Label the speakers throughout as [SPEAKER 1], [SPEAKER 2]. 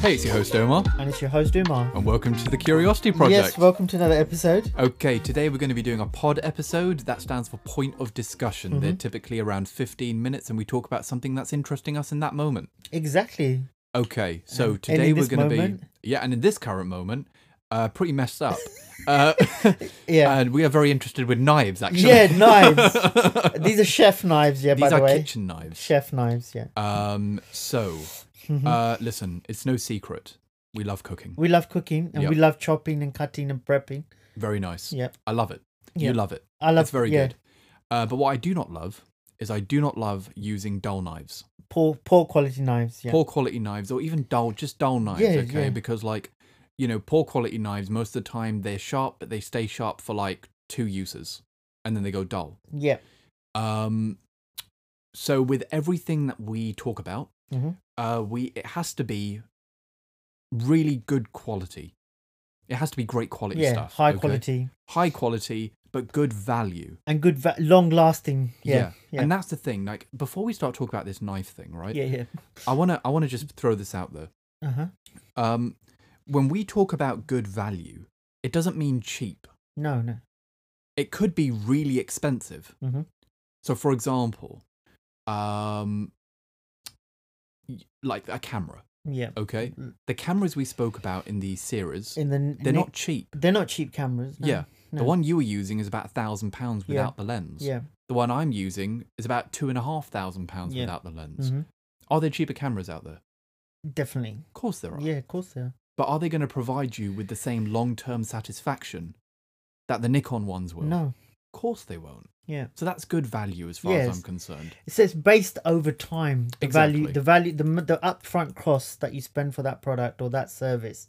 [SPEAKER 1] Hey, it's your host Omar,
[SPEAKER 2] And it's your host Umar.
[SPEAKER 1] and welcome to the Curiosity Project.
[SPEAKER 2] Yes, welcome to another episode.
[SPEAKER 1] Okay, today we're going to be doing a pod episode that stands for Point of Discussion. They're
[SPEAKER 2] Mm-hmm.
[SPEAKER 1] typically around 15 minutes, and we talk about something that's interesting us in that moment.
[SPEAKER 2] Exactly.
[SPEAKER 1] Okay, so
[SPEAKER 2] in
[SPEAKER 1] today we're
[SPEAKER 2] this
[SPEAKER 1] going to be
[SPEAKER 2] moment-
[SPEAKER 1] yeah, and in this current moment, uh, pretty messed up. uh,
[SPEAKER 2] Yeah.
[SPEAKER 1] and we are very interested with knives Uh, actually.
[SPEAKER 2] yeah, knives. These are chef knives, yeah, by
[SPEAKER 1] These
[SPEAKER 2] the
[SPEAKER 1] are
[SPEAKER 2] way.
[SPEAKER 1] kitchen knives.
[SPEAKER 2] Chef knives, yeah.
[SPEAKER 1] Um, so,
[SPEAKER 2] Mm-hmm.
[SPEAKER 1] uh, listen, it's no secret. We love cooking.
[SPEAKER 2] We love cooking and
[SPEAKER 1] Yep.
[SPEAKER 2] we love chopping and cutting and prepping.
[SPEAKER 1] Very nice.
[SPEAKER 2] Yep.
[SPEAKER 1] I love it. You
[SPEAKER 2] Yep.
[SPEAKER 1] love it.
[SPEAKER 2] I love
[SPEAKER 1] it's very
[SPEAKER 2] yeah,
[SPEAKER 1] good. Uh, but what I do not love is I do not love using dull knives,
[SPEAKER 2] Poor poor quality knives, yeah.
[SPEAKER 1] poor quality knives, or even dull, just dull knives.
[SPEAKER 2] Yeah,
[SPEAKER 1] okay,
[SPEAKER 2] yeah.
[SPEAKER 1] because like, you know, poor quality knives most of the time they're sharp, but they stay sharp for like two uses, and then they go dull.
[SPEAKER 2] Yeah.
[SPEAKER 1] Um, so with everything that we talk about,
[SPEAKER 2] Mhm.
[SPEAKER 1] uh, we it has to be really good quality. It has to be great quality
[SPEAKER 2] Yeah.
[SPEAKER 1] stuff.
[SPEAKER 2] High
[SPEAKER 1] okay?
[SPEAKER 2] quality
[SPEAKER 1] high quality, but good value.
[SPEAKER 2] and good va- long lasting. Yeah. Yeah.
[SPEAKER 1] And that's the thing. Like before we start talking about this knife thing, right?
[SPEAKER 2] yeah, yeah.
[SPEAKER 1] I wanna I wanna just throw this out there.
[SPEAKER 2] Uh-huh.
[SPEAKER 1] Um, when we talk about good value, it doesn't mean cheap.
[SPEAKER 2] No, no.
[SPEAKER 1] It could be really expensive.
[SPEAKER 2] Mhm.
[SPEAKER 1] So, for example, um, y- like a camera.
[SPEAKER 2] Yeah.
[SPEAKER 1] Okay,
[SPEAKER 2] Mm.
[SPEAKER 1] the cameras we spoke about in the series,
[SPEAKER 2] In the n-
[SPEAKER 1] they're
[SPEAKER 2] ne-
[SPEAKER 1] not cheap.
[SPEAKER 2] they're not cheap cameras. no.
[SPEAKER 1] Yeah.
[SPEAKER 2] No.
[SPEAKER 1] The one you were using is about a thousand pounds
[SPEAKER 2] Yeah.
[SPEAKER 1] without the lens.
[SPEAKER 2] Yeah.
[SPEAKER 1] The one I'm using is about two and a half thousand pounds
[SPEAKER 2] Yeah.
[SPEAKER 1] without the lens.
[SPEAKER 2] Mhm.
[SPEAKER 1] Are there cheaper cameras out there?
[SPEAKER 2] Definitely.
[SPEAKER 1] Of course there are.
[SPEAKER 2] Yeah, of course they are.
[SPEAKER 1] But are they going to provide you with the same long term satisfaction that the Nikon ones will?
[SPEAKER 2] No.
[SPEAKER 1] Of course they won't.
[SPEAKER 2] Yeah.
[SPEAKER 1] So that's good value as far as
[SPEAKER 2] Yes.
[SPEAKER 1] I'm concerned.
[SPEAKER 2] It says based over time, the
[SPEAKER 1] Exactly.
[SPEAKER 2] value, the value, the m- the upfront cost that you spend for that product or that service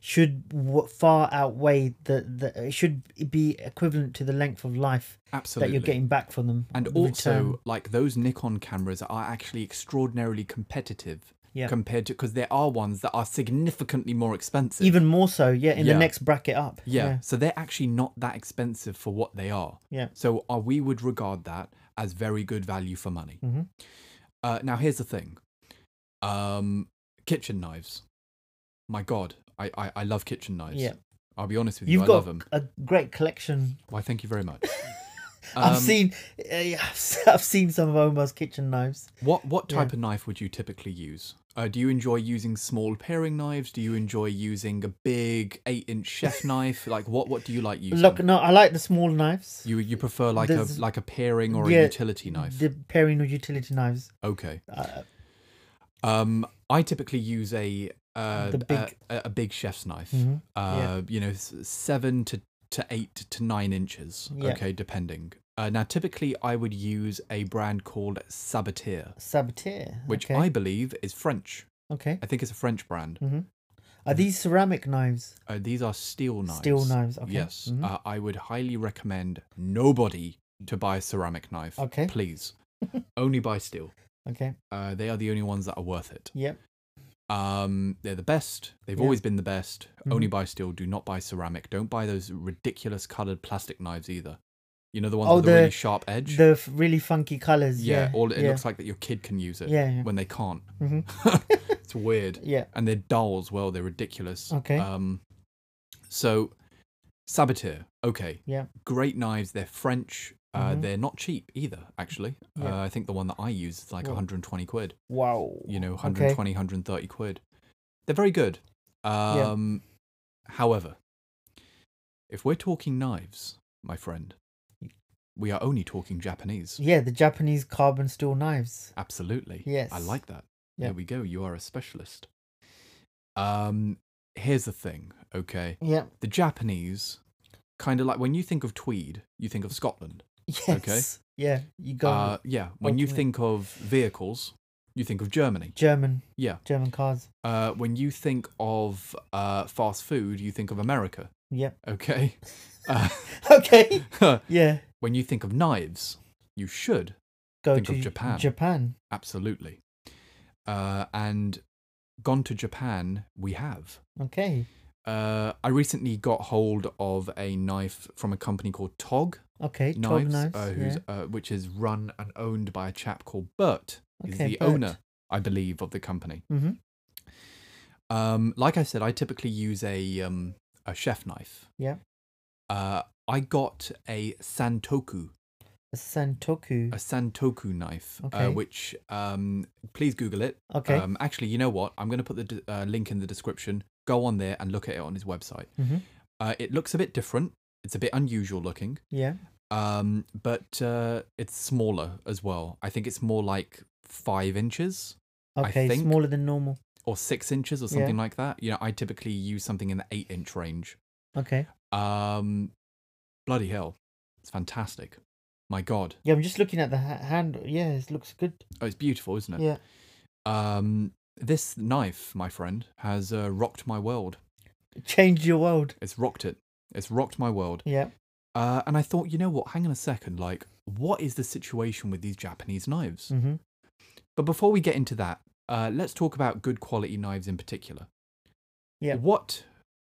[SPEAKER 2] should w- far outweigh the the it should be equivalent to the length of life
[SPEAKER 1] Absolutely.
[SPEAKER 2] that you're getting back from them.
[SPEAKER 1] and
[SPEAKER 2] in
[SPEAKER 1] also,
[SPEAKER 2] return.
[SPEAKER 1] like those Nikon cameras are actually extraordinarily competitive
[SPEAKER 2] Yeah.
[SPEAKER 1] compared to because there are ones that are significantly more expensive.
[SPEAKER 2] even more so, yeah, in
[SPEAKER 1] Yeah.
[SPEAKER 2] the next bracket up.
[SPEAKER 1] yeah, so they're actually not that expensive for what they are.
[SPEAKER 2] yeah,
[SPEAKER 1] So uh, we would regard that as very good value for money.
[SPEAKER 2] Mhm.
[SPEAKER 1] Uh, now, here's the thing um, kitchen knives. My God, I, I, I love kitchen knives.
[SPEAKER 2] Yeah.
[SPEAKER 1] I'll be honest with you,
[SPEAKER 2] You've
[SPEAKER 1] I
[SPEAKER 2] got
[SPEAKER 1] love them.
[SPEAKER 2] a great collection.
[SPEAKER 1] Why, thank you very much.
[SPEAKER 2] I've
[SPEAKER 1] Um,
[SPEAKER 2] seen, uh, yeah, I've, se- I've seen some of Omar's kitchen knives.
[SPEAKER 1] What, what
[SPEAKER 2] Yeah.
[SPEAKER 1] type of knife would you typically use? Uh, do you enjoy using small paring knives? Do you enjoy using a big eight inch chef knife? Like, what, what do you like using?
[SPEAKER 2] Look, no, I like the small knives,
[SPEAKER 1] you, you prefer like a,
[SPEAKER 2] There's-
[SPEAKER 1] like a paring or a
[SPEAKER 2] Yeah,
[SPEAKER 1] utility knife?
[SPEAKER 2] the pairing or utility knives.
[SPEAKER 1] okay.
[SPEAKER 2] Uh,
[SPEAKER 1] Um, I typically use a uh,
[SPEAKER 2] The big-
[SPEAKER 1] a, a big chef's knife.
[SPEAKER 2] Mhm.
[SPEAKER 1] Uh,
[SPEAKER 2] Yeah.
[SPEAKER 1] You know, s- seven to to eight to nine inches.
[SPEAKER 2] Yeah.
[SPEAKER 1] Okay, depending. Uh, now, typically, I would use a brand called Saboteur,
[SPEAKER 2] Saboteur,
[SPEAKER 1] which
[SPEAKER 2] okay. Mm.
[SPEAKER 1] I believe is French.
[SPEAKER 2] Okay.
[SPEAKER 1] I think it's a French brand.
[SPEAKER 2] Are these ceramic knives?
[SPEAKER 1] Uh, these are steel knives.
[SPEAKER 2] Steel knives, okay.
[SPEAKER 1] Yes,
[SPEAKER 2] Mhm.
[SPEAKER 1] uh, I would highly recommend nobody to buy a ceramic knife.
[SPEAKER 2] Okay.
[SPEAKER 1] please, only buy steel.
[SPEAKER 2] Okay.
[SPEAKER 1] Uh, they are the only ones that are worth it.
[SPEAKER 2] Yep.
[SPEAKER 1] Um, they're the best. They've
[SPEAKER 2] Yeah. Mm-hmm.
[SPEAKER 1] always been the best. Only buy steel. Do not buy ceramic. Don't buy those ridiculous colored plastic knives either. You know the ones
[SPEAKER 2] Oh,
[SPEAKER 1] with the, really
[SPEAKER 2] the-
[SPEAKER 1] sharp edge.
[SPEAKER 2] The f- really funky colors.
[SPEAKER 1] yeah,
[SPEAKER 2] Yeah.
[SPEAKER 1] All it
[SPEAKER 2] yeah.
[SPEAKER 1] looks like that your kid can use it.
[SPEAKER 2] Yeah, yeah.
[SPEAKER 1] When they can't,
[SPEAKER 2] Mhm.
[SPEAKER 1] it's weird.
[SPEAKER 2] Yeah.
[SPEAKER 1] And they're dull as well. They're ridiculous.
[SPEAKER 2] Okay.
[SPEAKER 1] Um, so saboteur. Okay.
[SPEAKER 2] Yeah.
[SPEAKER 1] Great knives. They're French. Uh,
[SPEAKER 2] Mhm.
[SPEAKER 1] They're not cheap either. Actually,
[SPEAKER 2] Yeah.
[SPEAKER 1] uh, I think the one that I use is like
[SPEAKER 2] Well-
[SPEAKER 1] 120 quid
[SPEAKER 2] Wow.
[SPEAKER 1] you know
[SPEAKER 2] Okay.
[SPEAKER 1] 120 130 quid they're very good um however if we're talking knives my friend we are only talking japanese
[SPEAKER 2] Yeah, the Japanese carbon steel knives.
[SPEAKER 1] absolutely i
[SPEAKER 2] Yes.
[SPEAKER 1] like that
[SPEAKER 2] Yeah.
[SPEAKER 1] there we go you are a specialist um here's the thing okay
[SPEAKER 2] Yeah.
[SPEAKER 1] the japanese kind of like when you think of tweed you think of scotland
[SPEAKER 2] Yes.
[SPEAKER 1] Okay.
[SPEAKER 2] Yeah. You go
[SPEAKER 1] uh yeah when you
[SPEAKER 2] Okay.
[SPEAKER 1] think of vehicles you think of germany
[SPEAKER 2] German
[SPEAKER 1] yeah
[SPEAKER 2] German cars.
[SPEAKER 1] uh, when you think of uh, fast food, you think of America,
[SPEAKER 2] Yep.
[SPEAKER 1] okay? Uh,
[SPEAKER 2] Okay. yeah.
[SPEAKER 1] when you think of knives, you should,
[SPEAKER 2] Go
[SPEAKER 1] Think
[SPEAKER 2] to
[SPEAKER 1] of Japan.
[SPEAKER 2] Japan.
[SPEAKER 1] absolutely. Uh, and gone to Japan, we have.
[SPEAKER 2] Okay.
[SPEAKER 1] Uh, I recently got hold of a knife from a company called Tog
[SPEAKER 2] Okay, twelve
[SPEAKER 1] Knives,
[SPEAKER 2] knives.
[SPEAKER 1] uh,
[SPEAKER 2] yeah.
[SPEAKER 1] who's, uh, which is run and owned by a chap called Bert. He's
[SPEAKER 2] Okay,
[SPEAKER 1] the
[SPEAKER 2] Bert.
[SPEAKER 1] owner, I believe, of the company.
[SPEAKER 2] Mhm.
[SPEAKER 1] Um, like I said, I typically use a um, a chef knife.
[SPEAKER 2] Yeah.
[SPEAKER 1] Uh, I got a Santoku,
[SPEAKER 2] A Santoku.
[SPEAKER 1] a Santoku knife,
[SPEAKER 2] Okay.
[SPEAKER 1] uh, which um, please Google it.
[SPEAKER 2] okay.
[SPEAKER 1] Um, actually, you know what? I'm going to put the d- uh, link in the description. Go on there and look at it on his website.
[SPEAKER 2] Mhm.
[SPEAKER 1] Uh, it looks a bit different. It's a bit unusual looking,
[SPEAKER 2] yeah.
[SPEAKER 1] um, but uh, it's smaller as well. I think it's more like five inches I
[SPEAKER 2] Okay,
[SPEAKER 1] think-
[SPEAKER 2] smaller than normal.
[SPEAKER 1] or six inches or
[SPEAKER 2] Yeah.
[SPEAKER 1] something like that. You know, I typically use something in the eight inch range.
[SPEAKER 2] Okay.
[SPEAKER 1] Um, bloody hell, it's fantastic. My God,
[SPEAKER 2] Yeah, I'm just looking at the ha- handle. Yeah, it looks good.
[SPEAKER 1] oh, it's beautiful, isn't it?
[SPEAKER 2] Yeah.
[SPEAKER 1] Um, this knife, my friend, has uh, rocked my world.
[SPEAKER 2] Change your world.
[SPEAKER 1] It's rocked it. It's rocked my world.
[SPEAKER 2] Yeah.
[SPEAKER 1] Uh, and I thought, you know what? Hang on a second. Like, what is the situation with these Japanese knives?
[SPEAKER 2] Mm-hmm.
[SPEAKER 1] But before we get into that, uh, let's talk about good quality knives in particular.
[SPEAKER 2] Yeah.
[SPEAKER 1] What,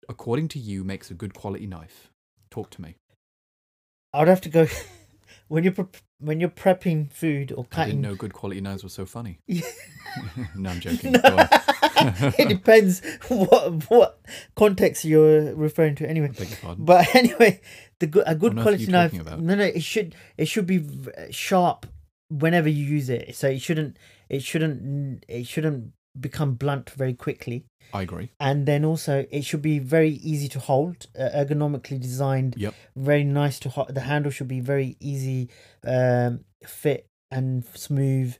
[SPEAKER 1] according to you, makes a good quality knife? Talk to me.
[SPEAKER 2] I would have to go when you're prep when you're prepping food
[SPEAKER 1] I
[SPEAKER 2] or
[SPEAKER 1] didn't
[SPEAKER 2] cutting.
[SPEAKER 1] know good quality knives were so funny.
[SPEAKER 2] Yeah.
[SPEAKER 1] no, I'm joking.
[SPEAKER 2] No.
[SPEAKER 1] Go on.
[SPEAKER 2] it depends what what context you're referring to. Anyway,
[SPEAKER 1] I beg your pardon.
[SPEAKER 2] But anyway, the good a good
[SPEAKER 1] on earth are
[SPEAKER 2] quality
[SPEAKER 1] you
[SPEAKER 2] knife.
[SPEAKER 1] talking about?
[SPEAKER 2] No, no, it should it should be v- sharp whenever you use it. So it shouldn't it shouldn't it shouldn't become blunt very quickly.
[SPEAKER 1] I agree.
[SPEAKER 2] And then also it should be very easy to hold, uh, ergonomically designed.
[SPEAKER 1] Yep.
[SPEAKER 2] Very nice to hold. The handle should be very easy um, fit and smooth.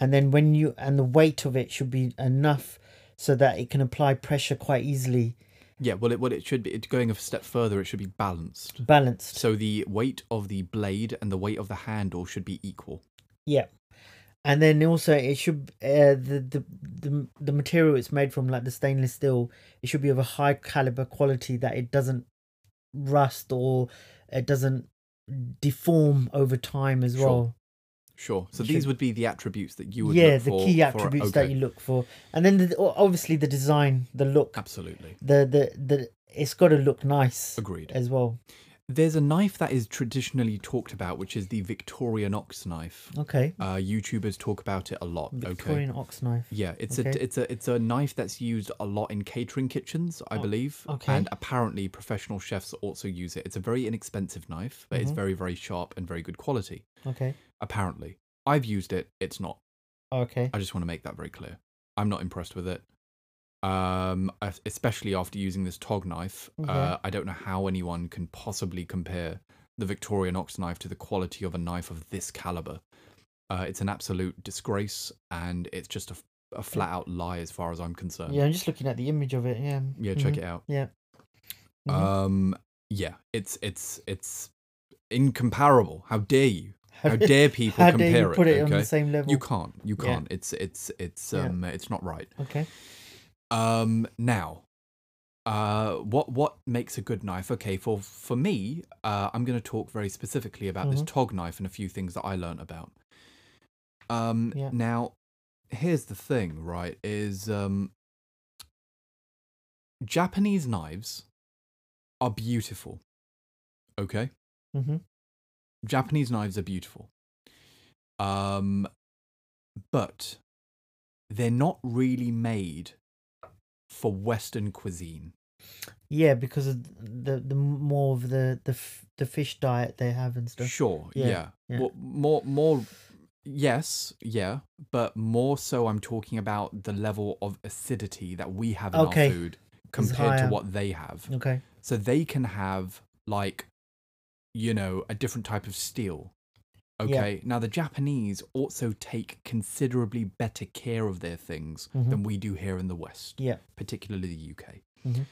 [SPEAKER 2] And then when you and the weight of it should be enough so that it can apply pressure quite easily,
[SPEAKER 1] Yeah. Well, it, what it should be, it, going a step further, it should be balanced.
[SPEAKER 2] balanced.
[SPEAKER 1] So the weight of the blade and the weight of the handle should be equal.
[SPEAKER 2] Yeah, and then also it should uh, the, the the the material it's made from, like the stainless steel, it should be of a high caliber quality that it doesn't rust or it doesn't deform over time as
[SPEAKER 1] Sure.
[SPEAKER 2] well.
[SPEAKER 1] Sure. So
[SPEAKER 2] Should-
[SPEAKER 1] these would be the attributes that you would
[SPEAKER 2] Yeah,
[SPEAKER 1] look
[SPEAKER 2] the
[SPEAKER 1] for-
[SPEAKER 2] key
[SPEAKER 1] for-
[SPEAKER 2] attributes that
[SPEAKER 1] okay.
[SPEAKER 2] you look for, and then the, o- obviously the design, the look,
[SPEAKER 1] Ah. Absolutely
[SPEAKER 2] the the the it's got to look nice
[SPEAKER 1] agreed.
[SPEAKER 2] as well.
[SPEAKER 1] There's a knife that is traditionally talked about, which is the Victorian ox knife.
[SPEAKER 2] Okay,
[SPEAKER 1] Uh, YouTubers talk about it a lot. Okay.
[SPEAKER 2] Oh. Victorian ox knife.
[SPEAKER 1] Yeah, it's
[SPEAKER 2] Okay.
[SPEAKER 1] a it's a it's a knife that's used a lot in catering kitchens, I believe.
[SPEAKER 2] Oh, okay.
[SPEAKER 1] And apparently, professional chefs also use it. It's a very inexpensive knife, but it's
[SPEAKER 2] Mhm.
[SPEAKER 1] very very sharp and very good quality.
[SPEAKER 2] Okay,
[SPEAKER 1] Apparently, I've used it. It's not.
[SPEAKER 2] okay,
[SPEAKER 1] I just want to make that very clear. I'm not impressed with it. Um, es- especially after using this tog knife, uh,
[SPEAKER 2] Yeah.
[SPEAKER 1] I don't know how anyone can possibly compare the Victorian ox knife to the quality of a knife of this caliber. Uh, it's an absolute disgrace, and it's just a, flat out lie as far as I'm concerned.
[SPEAKER 2] yeah. I'm just looking at the image of it. Yeah,
[SPEAKER 1] Uh,
[SPEAKER 2] Mm-hmm.
[SPEAKER 1] yeah check it out.
[SPEAKER 2] Yeah. Mhm.
[SPEAKER 1] Um, yeah, it's it's it's incomparable. How dare you? How dare people
[SPEAKER 2] How
[SPEAKER 1] compare
[SPEAKER 2] dare you put it, on
[SPEAKER 1] okay?
[SPEAKER 2] the same level?
[SPEAKER 1] You can't. You
[SPEAKER 2] Yeah.
[SPEAKER 1] can't. It's it's it's
[SPEAKER 2] Yeah.
[SPEAKER 1] um it's not right.
[SPEAKER 2] Okay.
[SPEAKER 1] Um now. Uh what what makes a good knife? Okay, for for me, uh I'm going to talk very specifically about this
[SPEAKER 2] Mhm.
[SPEAKER 1] tog knife and a few things that I learnt about. Um
[SPEAKER 2] Yeah.
[SPEAKER 1] now here's the thing, right? Is um Japanese knives are beautiful. Okay?
[SPEAKER 2] Mm-hmm.
[SPEAKER 1] Japanese knives are beautiful. Um, but they're not really made for Western cuisine.
[SPEAKER 2] Yeah, because of the the more of the the f- the fish diet they have and stuff.
[SPEAKER 1] Sure,
[SPEAKER 2] Yeah,
[SPEAKER 1] yeah.
[SPEAKER 2] yeah.
[SPEAKER 1] Well, more, more, yes, yeah, but more so, I'm talking about the level of acidity that we have in
[SPEAKER 2] Okay.
[SPEAKER 1] our food compared to
[SPEAKER 2] higher.
[SPEAKER 1] what they have.
[SPEAKER 2] Okay.
[SPEAKER 1] So they can have like, you know, a different type of steel.
[SPEAKER 2] Yeah.
[SPEAKER 1] Okay. Now the Japanese also take considerably better care of their things
[SPEAKER 2] Mm-hmm.
[SPEAKER 1] than we do here in the West,
[SPEAKER 2] Yeah.
[SPEAKER 1] particularly the UK.
[SPEAKER 2] Mhm.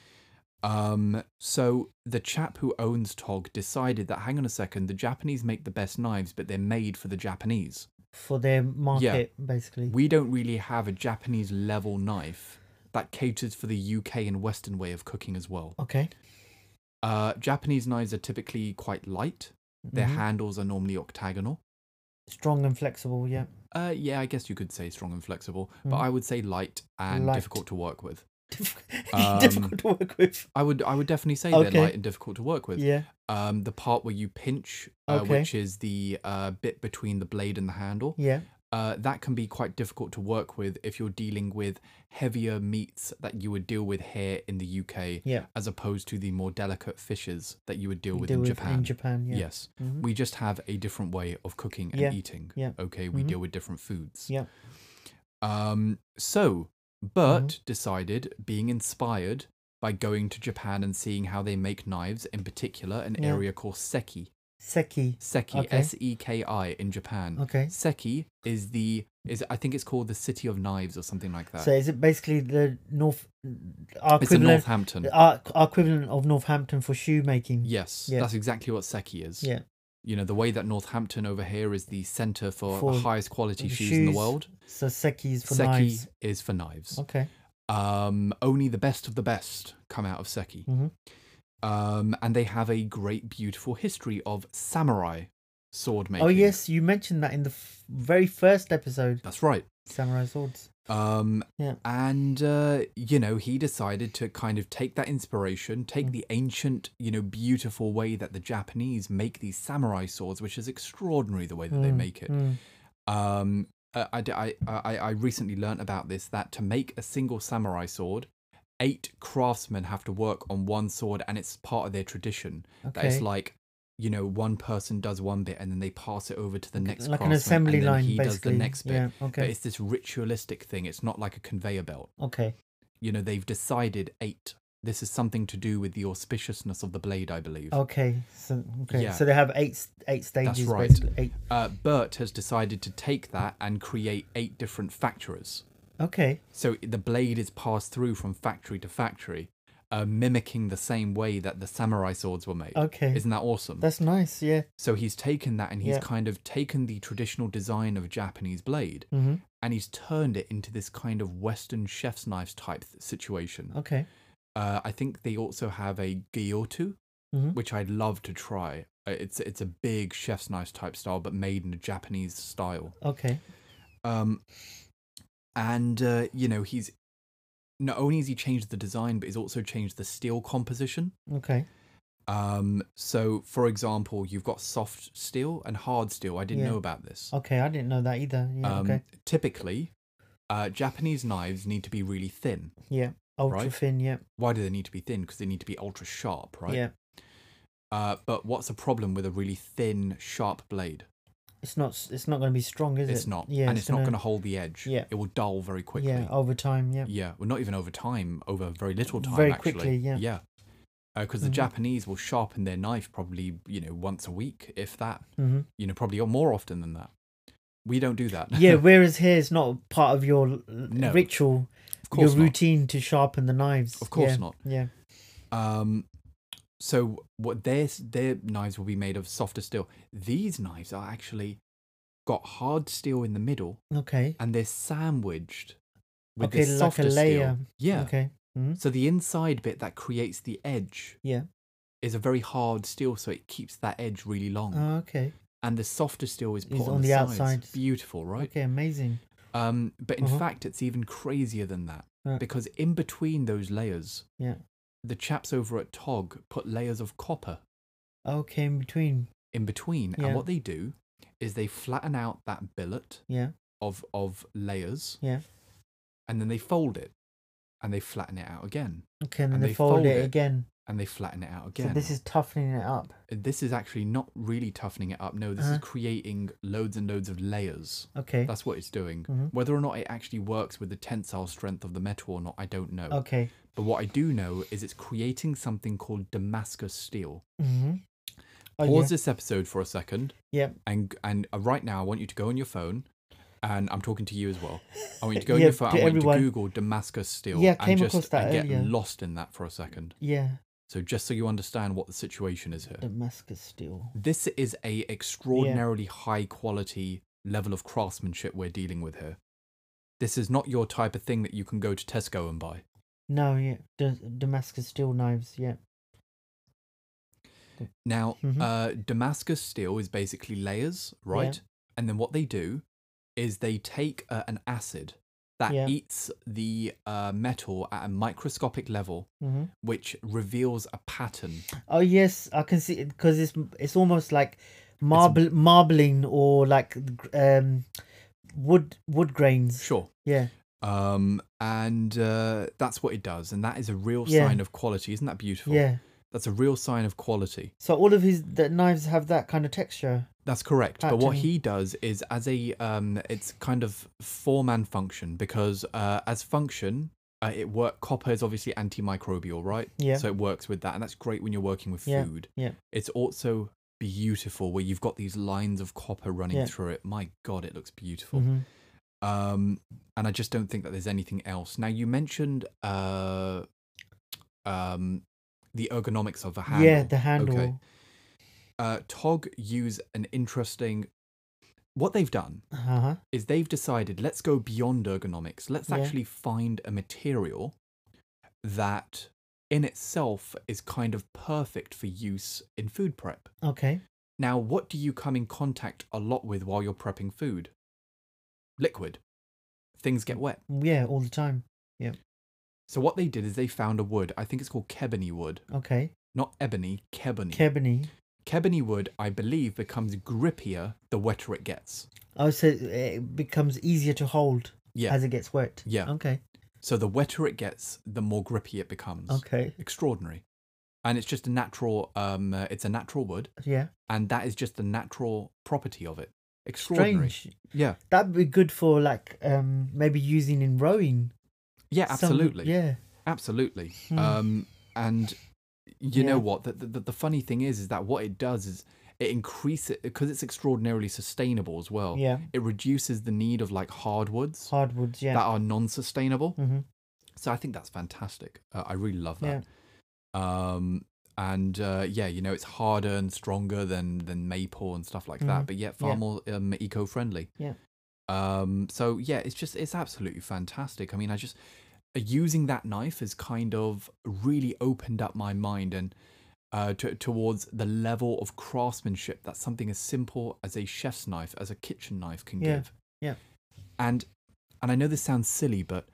[SPEAKER 1] Um, so the chap who owns Tog decided that hang on a second, the Japanese make the best knives, but they're made for the Japanese.
[SPEAKER 2] For their market, basically.
[SPEAKER 1] We don't really have a Japanese level knife that caters for the UK and Western way of cooking as well.
[SPEAKER 2] okay.
[SPEAKER 1] Uh, Japanese knives are typically quite light. Their
[SPEAKER 2] Mhm.
[SPEAKER 1] handles are normally octagonal.
[SPEAKER 2] Strong and flexible. Yeah.
[SPEAKER 1] Uh, yeah, I guess you could say strong and flexible, but I would say light and
[SPEAKER 2] Mm-hmm. Light.
[SPEAKER 1] difficult to work with.
[SPEAKER 2] Difficult,
[SPEAKER 1] Um,
[SPEAKER 2] difficult to work with.
[SPEAKER 1] I would I would definitely say
[SPEAKER 2] Okay.
[SPEAKER 1] they're light and difficult to work Um, with.
[SPEAKER 2] Yeah.
[SPEAKER 1] Um, the part where you pinch, uh,
[SPEAKER 2] Okay.
[SPEAKER 1] which is the uh, bit between the blade and the handle,
[SPEAKER 2] Yeah.
[SPEAKER 1] uh, that can be quite difficult to work with if you're dealing with heavier meats that you would deal with here in the UK,
[SPEAKER 2] Yeah.
[SPEAKER 1] as opposed to the more delicate fishes that you would deal with
[SPEAKER 2] Deal
[SPEAKER 1] in
[SPEAKER 2] with
[SPEAKER 1] Japan.
[SPEAKER 2] In Japan. Yeah.
[SPEAKER 1] Yes,
[SPEAKER 2] Mhm.
[SPEAKER 1] we just have a different way of cooking and
[SPEAKER 2] Yeah,
[SPEAKER 1] eating.
[SPEAKER 2] yeah.
[SPEAKER 1] Okay, we
[SPEAKER 2] Mhm.
[SPEAKER 1] deal with different foods.
[SPEAKER 2] Yeah.
[SPEAKER 1] Um, so, Bert
[SPEAKER 2] Mm-hmm.
[SPEAKER 1] decided, being inspired by going to Japan and seeing how they make knives, in particular, an
[SPEAKER 2] Yeah.
[SPEAKER 1] area called Seki.
[SPEAKER 2] Seki.
[SPEAKER 1] Seki,
[SPEAKER 2] Okay.
[SPEAKER 1] S E K I, in Japan.
[SPEAKER 2] Okay.
[SPEAKER 1] Seki is the is I think it's called the city of knives or something like that.
[SPEAKER 2] So is it basically the North our
[SPEAKER 1] it's in
[SPEAKER 2] equivalent
[SPEAKER 1] Northampton.
[SPEAKER 2] our, our equivalent of Northampton for shoemaking?
[SPEAKER 1] yes,
[SPEAKER 2] Yeah.
[SPEAKER 1] that's exactly what Seki is.
[SPEAKER 2] Yeah.
[SPEAKER 1] You know the way that Northampton over here is the center for,
[SPEAKER 2] For
[SPEAKER 1] the highest quality
[SPEAKER 2] the
[SPEAKER 1] shoes, in the
[SPEAKER 2] shoes,
[SPEAKER 1] world.
[SPEAKER 2] So Seki is for
[SPEAKER 1] Seki
[SPEAKER 2] knives.
[SPEAKER 1] is for knives.
[SPEAKER 2] Okay.
[SPEAKER 1] Um, only the best of the best come out of Seki.
[SPEAKER 2] Mhm.
[SPEAKER 1] Um, and they have a great, beautiful history of samurai sword making.
[SPEAKER 2] Oh yes, you mentioned that in the f- very first episode,
[SPEAKER 1] That's right.
[SPEAKER 2] samurai swords.
[SPEAKER 1] Um,
[SPEAKER 2] Yeah.
[SPEAKER 1] And, uh, you know, he decided to kind of take that inspiration, take
[SPEAKER 2] Mm.
[SPEAKER 1] the ancient, you know, beautiful way that the Japanese make these samurai swords, which is extraordinary the way that they
[SPEAKER 2] Mm,
[SPEAKER 1] make it.
[SPEAKER 2] mm.
[SPEAKER 1] Um, uh, I, d- I, I, I recently learnt about this that to make a single samurai sword, eight craftsmen have to work on one sword, and it's part of their tradition. That
[SPEAKER 2] mm, Okay.
[SPEAKER 1] it's like, you know, one person does one bit and then they pass it over to the next
[SPEAKER 2] like an
[SPEAKER 1] craftsman,
[SPEAKER 2] assembly
[SPEAKER 1] and then
[SPEAKER 2] line,
[SPEAKER 1] he
[SPEAKER 2] basically.
[SPEAKER 1] does the next bit.
[SPEAKER 2] Yeah.
[SPEAKER 1] But
[SPEAKER 2] Okay.
[SPEAKER 1] it's this ritualistic thing. It's not like a conveyor belt.
[SPEAKER 2] Okay.
[SPEAKER 1] You know, they've decided eight. This is something to do with the auspiciousness of the blade, I believe.
[SPEAKER 2] Okay. So okay.
[SPEAKER 1] Yeah.
[SPEAKER 2] So they have eight s- eight stages.
[SPEAKER 1] right.
[SPEAKER 2] Basically. Eight.
[SPEAKER 1] Uh, Bert has decided to take that and create eight different factories.
[SPEAKER 2] Okay.
[SPEAKER 1] So the blade is passed through from factory to factory, uh, mimicking the same way that the samurai swords were made.
[SPEAKER 2] Okay.
[SPEAKER 1] Isn't that awesome?
[SPEAKER 2] That's nice. Yeah.
[SPEAKER 1] so he's taken that and he's
[SPEAKER 2] Yeah.
[SPEAKER 1] kind of taken the traditional design of a Japanese blade
[SPEAKER 2] hmm
[SPEAKER 1] and he's turned it into this kind of Western chef's knives type th- situation.
[SPEAKER 2] Okay.
[SPEAKER 1] Uh, I think they also have a gyotu,
[SPEAKER 2] Mhm.
[SPEAKER 1] which I'd love to try. Uh, It's it's a big chef's knife type style, but made in a Japanese style.
[SPEAKER 2] Okay.
[SPEAKER 1] Um, and uh, you know he's not only has he changed the design, but he's also changed the steel composition.
[SPEAKER 2] Okay.
[SPEAKER 1] Um, so for example, you've got soft steel and hard steel. I didn't
[SPEAKER 2] Yeah.
[SPEAKER 1] know about this.
[SPEAKER 2] Okay. I didn't know that either. Yeah.
[SPEAKER 1] um,
[SPEAKER 2] okay.
[SPEAKER 1] Typically, uh, Japanese knives need to be really thin.
[SPEAKER 2] Yeah. Ultra
[SPEAKER 1] right.
[SPEAKER 2] thin. Yeah.
[SPEAKER 1] Why do they need to be thin? Because they need to be ultra sharp, right?
[SPEAKER 2] Yeah.
[SPEAKER 1] Uh, but what's the problem with a really thin, sharp blade?
[SPEAKER 2] It's not. s- It's not going to be strong, is it?
[SPEAKER 1] It's not,
[SPEAKER 2] Yeah.
[SPEAKER 1] and it's, not going to hold the edge.
[SPEAKER 2] Yeah.
[SPEAKER 1] it will dull very quickly.
[SPEAKER 2] Yeah. Over time. Yeah.
[SPEAKER 1] yeah, well, not even over time, over very little time.
[SPEAKER 2] Very
[SPEAKER 1] actually.
[SPEAKER 2] quickly, yeah.
[SPEAKER 1] yeah. Because the
[SPEAKER 2] Mhm.
[SPEAKER 1] Japanese will sharpen their knife probably, you know, once a week, if that.
[SPEAKER 2] hmm
[SPEAKER 1] You know, probably more often than that. We don't do that.
[SPEAKER 2] yeah. Whereas here, it's not part of your l-
[SPEAKER 1] No,
[SPEAKER 2] ritual,
[SPEAKER 1] of
[SPEAKER 2] your
[SPEAKER 1] course not.
[SPEAKER 2] routine to sharpen the knives.
[SPEAKER 1] Of course
[SPEAKER 2] yeah.
[SPEAKER 1] not.
[SPEAKER 2] Yeah.
[SPEAKER 1] Um, so what their their knives will be made of softer steel. These knives are actually got hard steel in the middle,
[SPEAKER 2] Okay.
[SPEAKER 1] and they're sandwiched with
[SPEAKER 2] Okay,
[SPEAKER 1] this
[SPEAKER 2] like a
[SPEAKER 1] softer
[SPEAKER 2] layer.
[SPEAKER 1] steel. Yeah.
[SPEAKER 2] Okay. hmm
[SPEAKER 1] So the inside bit that creates the edge
[SPEAKER 2] Yeah.
[SPEAKER 1] is a very hard steel, so it keeps that edge really long.
[SPEAKER 2] Oh, okay.
[SPEAKER 1] and the softer steel is put
[SPEAKER 2] Is
[SPEAKER 1] on,
[SPEAKER 2] on
[SPEAKER 1] the,
[SPEAKER 2] the
[SPEAKER 1] sides.
[SPEAKER 2] outside.
[SPEAKER 1] Beautiful, right?
[SPEAKER 2] Okay. Amazing.
[SPEAKER 1] Um, but in
[SPEAKER 2] Uh-huh. Uh.
[SPEAKER 1] fact, it's even crazier than that
[SPEAKER 2] Right.
[SPEAKER 1] because in between those layers,
[SPEAKER 2] Yeah.
[SPEAKER 1] the chaps over at Tog put layers of copper
[SPEAKER 2] Okay. In between.
[SPEAKER 1] in between,
[SPEAKER 2] Yeah.
[SPEAKER 1] and what they do is they flatten out that billet
[SPEAKER 2] Yeah.
[SPEAKER 1] of of layers,
[SPEAKER 2] Yeah.
[SPEAKER 1] and then they fold it, and they flatten it out again,
[SPEAKER 2] Okay. And then
[SPEAKER 1] And
[SPEAKER 2] they,
[SPEAKER 1] they
[SPEAKER 2] fold,
[SPEAKER 1] fold
[SPEAKER 2] it,
[SPEAKER 1] it
[SPEAKER 2] again.
[SPEAKER 1] and they flatten it out again.
[SPEAKER 2] So this is toughening it up.
[SPEAKER 1] this is actually not really toughening it up. No, this is
[SPEAKER 2] Uh-huh.
[SPEAKER 1] creating loads and loads of layers.
[SPEAKER 2] Okay.
[SPEAKER 1] That's what it's doing.
[SPEAKER 2] Mhm.
[SPEAKER 1] Whether or not it actually works with the tensile strength of the metal or not, I don't know.
[SPEAKER 2] Okay.
[SPEAKER 1] But what I do know is it's creating something called Damascus steel.
[SPEAKER 2] Mm-hmm. Oh,
[SPEAKER 1] Pause
[SPEAKER 2] yeah.
[SPEAKER 1] this episode for a second,
[SPEAKER 2] Yeah.
[SPEAKER 1] and and uh, right now I want you to go on your phone, and I'm talking to you as well. I want you to go on
[SPEAKER 2] Yeah,
[SPEAKER 1] your phone.
[SPEAKER 2] to
[SPEAKER 1] I want
[SPEAKER 2] everyone.
[SPEAKER 1] you to Google Damascus steel.
[SPEAKER 2] Yeah,
[SPEAKER 1] and
[SPEAKER 2] came
[SPEAKER 1] just,
[SPEAKER 2] across that
[SPEAKER 1] and get
[SPEAKER 2] earlier.
[SPEAKER 1] lost in that for a second.
[SPEAKER 2] Yeah.
[SPEAKER 1] So just so you understand what the situation is here.
[SPEAKER 2] Damascus steel.
[SPEAKER 1] this is a extraordinarily high quality level of craftsmanship we're dealing with here. This is not your type of thing that you can go to Tesco and buy.
[SPEAKER 2] No, yeah. Da- Damascus steel knives. Yeah.
[SPEAKER 1] Now,
[SPEAKER 2] Mhm.
[SPEAKER 1] uh, Damascus steel is basically layers, right? And then what they do is they take uh, an acid that
[SPEAKER 2] Yeah.
[SPEAKER 1] eats the uh, metal at a microscopic level,
[SPEAKER 2] hmm
[SPEAKER 1] which reveals a pattern.
[SPEAKER 2] Oh yes, I can see it because it's it's almost like marble marbling or like um wood wood grains.
[SPEAKER 1] Sure.
[SPEAKER 2] Yeah.
[SPEAKER 1] Um, and uh, that's what it does, and that is a real
[SPEAKER 2] Yeah.
[SPEAKER 1] sign of quality. Isn't that beautiful?
[SPEAKER 2] Yeah.
[SPEAKER 1] That's a real sign of quality.
[SPEAKER 2] So all of his the knives have that kind of texture.
[SPEAKER 1] That's correct. But what
[SPEAKER 2] Pattern.
[SPEAKER 1] he does is as a um, it's kind of form and function because uh, as function. Uh, it work copper is obviously antimicrobial, right?
[SPEAKER 2] Yeah.
[SPEAKER 1] So it works with that, and that's great when you're working with
[SPEAKER 2] Yeah,
[SPEAKER 1] food.
[SPEAKER 2] yeah.
[SPEAKER 1] It's also beautiful where you've got these lines of copper running
[SPEAKER 2] Yeah.
[SPEAKER 1] through it. My God, it looks beautiful.
[SPEAKER 2] hmm
[SPEAKER 1] um and i just don't think that there's anything else now you mentioned uh um the ergonomics of a handle
[SPEAKER 2] Yeah, the handle.
[SPEAKER 1] uh tog use an interesting what they've done
[SPEAKER 2] Uh huh.
[SPEAKER 1] is they've decided let's go beyond ergonomics let's
[SPEAKER 2] Yeah.
[SPEAKER 1] actually find a material that in itself is kind of perfect for use in food prep
[SPEAKER 2] Okay.
[SPEAKER 1] now what do you come in contact a lot with while you're prepping food liquid things get wet
[SPEAKER 2] Yeah, all the time.
[SPEAKER 1] So what they did is they found a wood. I think it's called kebony wood,
[SPEAKER 2] Okay.
[SPEAKER 1] not ebony, kebony.
[SPEAKER 2] Kebony.
[SPEAKER 1] kebony wood, I believe, becomes grippier the wetter it gets.
[SPEAKER 2] Oh, so it becomes easier to hold
[SPEAKER 1] Yeah.
[SPEAKER 2] as it gets wet.
[SPEAKER 1] Yeah.
[SPEAKER 2] Okay.
[SPEAKER 1] So the wetter it gets, the more grippy it becomes.
[SPEAKER 2] Okay.
[SPEAKER 1] Extraordinary. And it's just a natural. Um, uh, it's a natural wood,
[SPEAKER 2] Yeah.
[SPEAKER 1] and that is just the natural property of it. Extraordinary.
[SPEAKER 2] Strange.
[SPEAKER 1] Yeah.
[SPEAKER 2] That'd be good for like um maybe using in rowing.
[SPEAKER 1] Yeah.
[SPEAKER 2] Some-
[SPEAKER 1] Absolutely.
[SPEAKER 2] yeah.
[SPEAKER 1] Absolutely.
[SPEAKER 2] Hmm.
[SPEAKER 1] Um, and you
[SPEAKER 2] Yeah.
[SPEAKER 1] know what? The, the, the funny thing is, is that what it does is it increases because it's extraordinarily sustainable as well.
[SPEAKER 2] Yeah.
[SPEAKER 1] It reduces the need of like hardwoods
[SPEAKER 2] Hardwoods. Yeah.
[SPEAKER 1] that are non-sustainable.
[SPEAKER 2] hmm
[SPEAKER 1] So I think that's fantastic. Uh, I really love
[SPEAKER 2] Yeah.
[SPEAKER 1] that. Um, and uh, yeah, you know, it's harder and stronger than than maple and stuff like that,
[SPEAKER 2] Mhm.
[SPEAKER 1] but yet far
[SPEAKER 2] Yeah.
[SPEAKER 1] more um, eco-friendly.
[SPEAKER 2] Yeah.
[SPEAKER 1] Um, so yeah, it's just it's absolutely fantastic. I mean, I just uh, using that knife has kind of really opened up my mind and uh, to towards the level of craftsmanship that something as simple as a chef's knife, as a kitchen knife, can
[SPEAKER 2] Yeah,
[SPEAKER 1] give.
[SPEAKER 2] yeah.
[SPEAKER 1] And and I know this sounds silly, but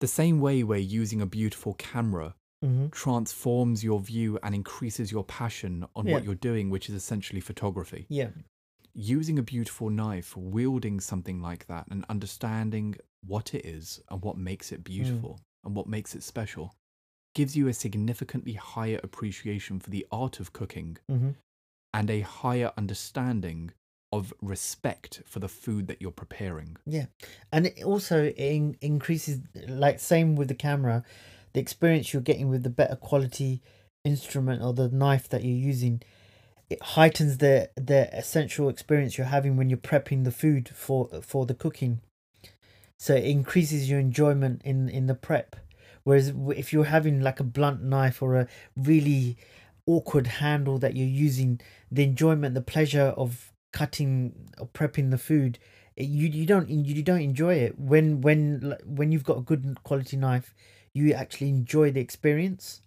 [SPEAKER 1] the same way where using a beautiful camera
[SPEAKER 2] hmm
[SPEAKER 1] transforms your view and increases your passion on
[SPEAKER 2] Yeah.
[SPEAKER 1] what you're doing, which is essentially photography.
[SPEAKER 2] Yeah.
[SPEAKER 1] Using a beautiful knife, wielding something like that, and understanding what it is and what makes
[SPEAKER 2] Hmm.
[SPEAKER 1] it beautiful and what makes it special gives you a significantly higher appreciation for the art of cooking
[SPEAKER 2] hmm
[SPEAKER 1] and a higher understanding of respect for the food that you're preparing.
[SPEAKER 2] Yeah, and it also it in- increases like same with the camera, the experience you're getting with the better quality instrument or the knife that you're using, it heightens the the essential experience you're having when you're prepping the food for for the cooking. So it increases your enjoyment in in the prep. Whereas w- if you're having like a blunt knife or a really awkward handle that you're using, the enjoyment, the pleasure of cutting or prepping the food, it- you you don't you don't enjoy it when when like, when you've got a good quality knife, you actually enjoy the experience.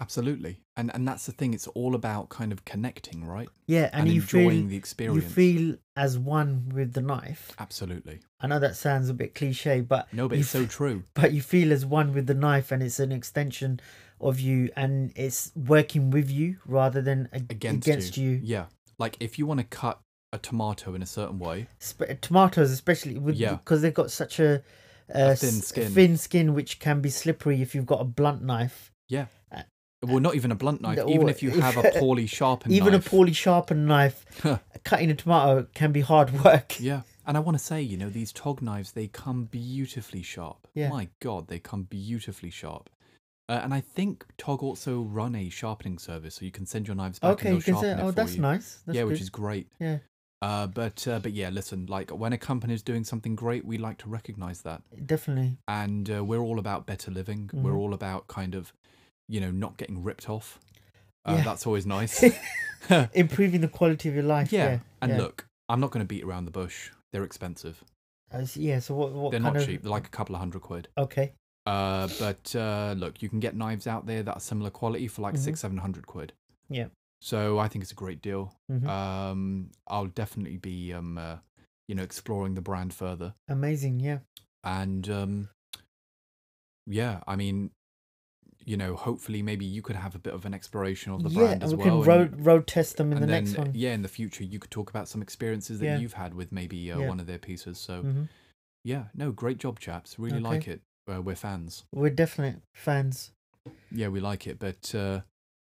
[SPEAKER 1] Absolutely. And and that's the thing, it's all about kind of connecting, right?
[SPEAKER 2] Yeah, and,
[SPEAKER 1] And,
[SPEAKER 2] you
[SPEAKER 1] enjoying
[SPEAKER 2] feel
[SPEAKER 1] the
[SPEAKER 2] you
[SPEAKER 1] experience.
[SPEAKER 2] feel as one with the knife.
[SPEAKER 1] Absolutely.
[SPEAKER 2] I know that sounds a bit cliche, but
[SPEAKER 1] No, but
[SPEAKER 2] you
[SPEAKER 1] it's so
[SPEAKER 2] f-
[SPEAKER 1] true.
[SPEAKER 2] but you feel as one with the knife, and it's an extension of you, and it's working with you rather than ag-
[SPEAKER 1] Against,
[SPEAKER 2] you.
[SPEAKER 1] Yeah. Like if you want to cut a tomato in a certain way,
[SPEAKER 2] sp- tomatoes especially with
[SPEAKER 1] Yeah.
[SPEAKER 2] because they've got such a, uh,
[SPEAKER 1] thin
[SPEAKER 2] s-
[SPEAKER 1] skin.
[SPEAKER 2] thin skin which can be slippery if you've got a blunt knife
[SPEAKER 1] well, not even a blunt knife,
[SPEAKER 2] No,
[SPEAKER 1] even if you have a poorly sharpened
[SPEAKER 2] even
[SPEAKER 1] knife.
[SPEAKER 2] a poorly sharpened knife cutting a tomato can be hard work
[SPEAKER 1] Yeah. And I want to say, you know, these tog knives, they come beautifully sharp.
[SPEAKER 2] Yeah.
[SPEAKER 1] My God, they come beautifully sharp. Uh, and I think Tog also run a sharpening service, so you can send your knives back
[SPEAKER 2] okay
[SPEAKER 1] and
[SPEAKER 2] you
[SPEAKER 1] they'll
[SPEAKER 2] can say
[SPEAKER 1] sharpen it
[SPEAKER 2] oh
[SPEAKER 1] for
[SPEAKER 2] that's
[SPEAKER 1] you.
[SPEAKER 2] nice that's
[SPEAKER 1] yeah,
[SPEAKER 2] good.
[SPEAKER 1] which is great.
[SPEAKER 2] yeah
[SPEAKER 1] Uh, but uh, but yeah, listen, like when a company is doing something great, we like to recognize that,
[SPEAKER 2] definitely
[SPEAKER 1] and uh, we're all about better living. We're
[SPEAKER 2] Mm-hmm.
[SPEAKER 1] all about kind of, you know, not getting ripped off. Uh,
[SPEAKER 2] Yeah.
[SPEAKER 1] That's always nice.
[SPEAKER 2] improving the quality of your life yeah,
[SPEAKER 1] yeah, and
[SPEAKER 2] yeah.
[SPEAKER 1] look, I'm not going to beat around the bush. They're expensive.
[SPEAKER 2] I see- yeah so what, what
[SPEAKER 1] They're
[SPEAKER 2] kind
[SPEAKER 1] not
[SPEAKER 2] of
[SPEAKER 1] cheap. They're like a couple of hundred quid.
[SPEAKER 2] okay
[SPEAKER 1] Uh, but uh, look, you can get knives out there that are similar quality for like six, seven hundred quid.
[SPEAKER 2] Mm-hmm. Yeah.
[SPEAKER 1] So I think it's a great deal.
[SPEAKER 2] Mhm.
[SPEAKER 1] uh, Um, I'll definitely be um, uh, you know, exploring the brand further.
[SPEAKER 2] amazing yeah
[SPEAKER 1] And um, yeah, I mean, you know, hopefully maybe you could have a bit of an exploration of the
[SPEAKER 2] yeah,
[SPEAKER 1] brand
[SPEAKER 2] and
[SPEAKER 1] as
[SPEAKER 2] we
[SPEAKER 1] well.
[SPEAKER 2] can
[SPEAKER 1] and-
[SPEAKER 2] road road test them in
[SPEAKER 1] and
[SPEAKER 2] the
[SPEAKER 1] then,
[SPEAKER 2] next one.
[SPEAKER 1] yeah, in the future, you could talk about some experiences that
[SPEAKER 2] Yeah.
[SPEAKER 1] you've had with maybe uh,
[SPEAKER 2] Yeah.
[SPEAKER 1] one of their pieces. So,
[SPEAKER 2] hmm
[SPEAKER 1] yeah, no, great job, chaps. Really
[SPEAKER 2] Okay.
[SPEAKER 1] like it. Uh, we're fans.
[SPEAKER 2] We're definite fans.
[SPEAKER 1] Yeah, we like it. But uh,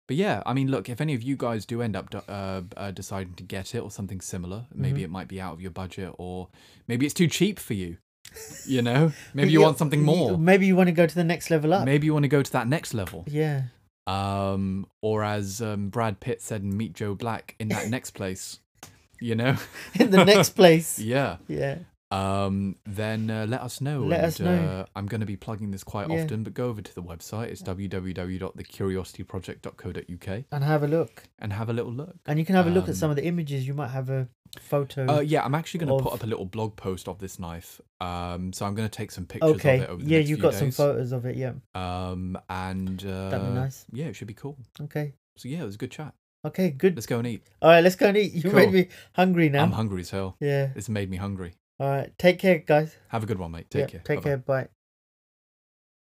[SPEAKER 1] but yeah, I mean, look, if any of you guys do end up d- uh, uh, deciding to get it or something similar, maybe
[SPEAKER 2] Mhm.
[SPEAKER 1] it might be out of your budget or maybe it's too cheap for you. You know, maybe
[SPEAKER 2] But
[SPEAKER 1] you
[SPEAKER 2] yeah,
[SPEAKER 1] want something
[SPEAKER 2] you-
[SPEAKER 1] more.
[SPEAKER 2] Maybe you want to go to the next level up.
[SPEAKER 1] Maybe you want to go to that next level.
[SPEAKER 2] Yeah.
[SPEAKER 1] Um, or as um, Brad Pitt said in Meet Joe Black, in that next place. You know,
[SPEAKER 2] In the next place.
[SPEAKER 1] yeah.
[SPEAKER 2] Yeah.
[SPEAKER 1] um, then uh, let us know.
[SPEAKER 2] Let
[SPEAKER 1] and,
[SPEAKER 2] us know.
[SPEAKER 1] Uh, I'm going to be plugging this quite
[SPEAKER 2] Yeah.
[SPEAKER 1] often, but go over to the website. It's www.thecuriosityproject.co.uk
[SPEAKER 2] And have a look.
[SPEAKER 1] and have a little look.
[SPEAKER 2] And you can have a look
[SPEAKER 1] Um,
[SPEAKER 2] at some of the images. You might have a photo.
[SPEAKER 1] Uh, yeah, I'm actually going to put
[SPEAKER 2] Mm. Of-
[SPEAKER 1] up a little blog post of this knife. Um, so I'm going to take some pictures of
[SPEAKER 2] okay.
[SPEAKER 1] it over the
[SPEAKER 2] Yeah,
[SPEAKER 1] next
[SPEAKER 2] you've
[SPEAKER 1] few
[SPEAKER 2] got some
[SPEAKER 1] days.
[SPEAKER 2] photos of it. Yeah.
[SPEAKER 1] Um, and uh,
[SPEAKER 2] That'd be nice.
[SPEAKER 1] yeah, it should be cool.
[SPEAKER 2] Okay.
[SPEAKER 1] So yeah, it was a good chat.
[SPEAKER 2] Okay, good.
[SPEAKER 1] Let's go and eat.
[SPEAKER 2] All right, let's go and eat. You made
[SPEAKER 1] Cool.
[SPEAKER 2] me hungry now.
[SPEAKER 1] I'm hungry as hell.
[SPEAKER 2] yeah.
[SPEAKER 1] This made me hungry.
[SPEAKER 2] All right. Take care, guys.
[SPEAKER 1] Have a good one, mate. Take
[SPEAKER 2] Yeah,
[SPEAKER 1] care.
[SPEAKER 2] Take
[SPEAKER 1] Bye-bye.
[SPEAKER 2] care. Bye.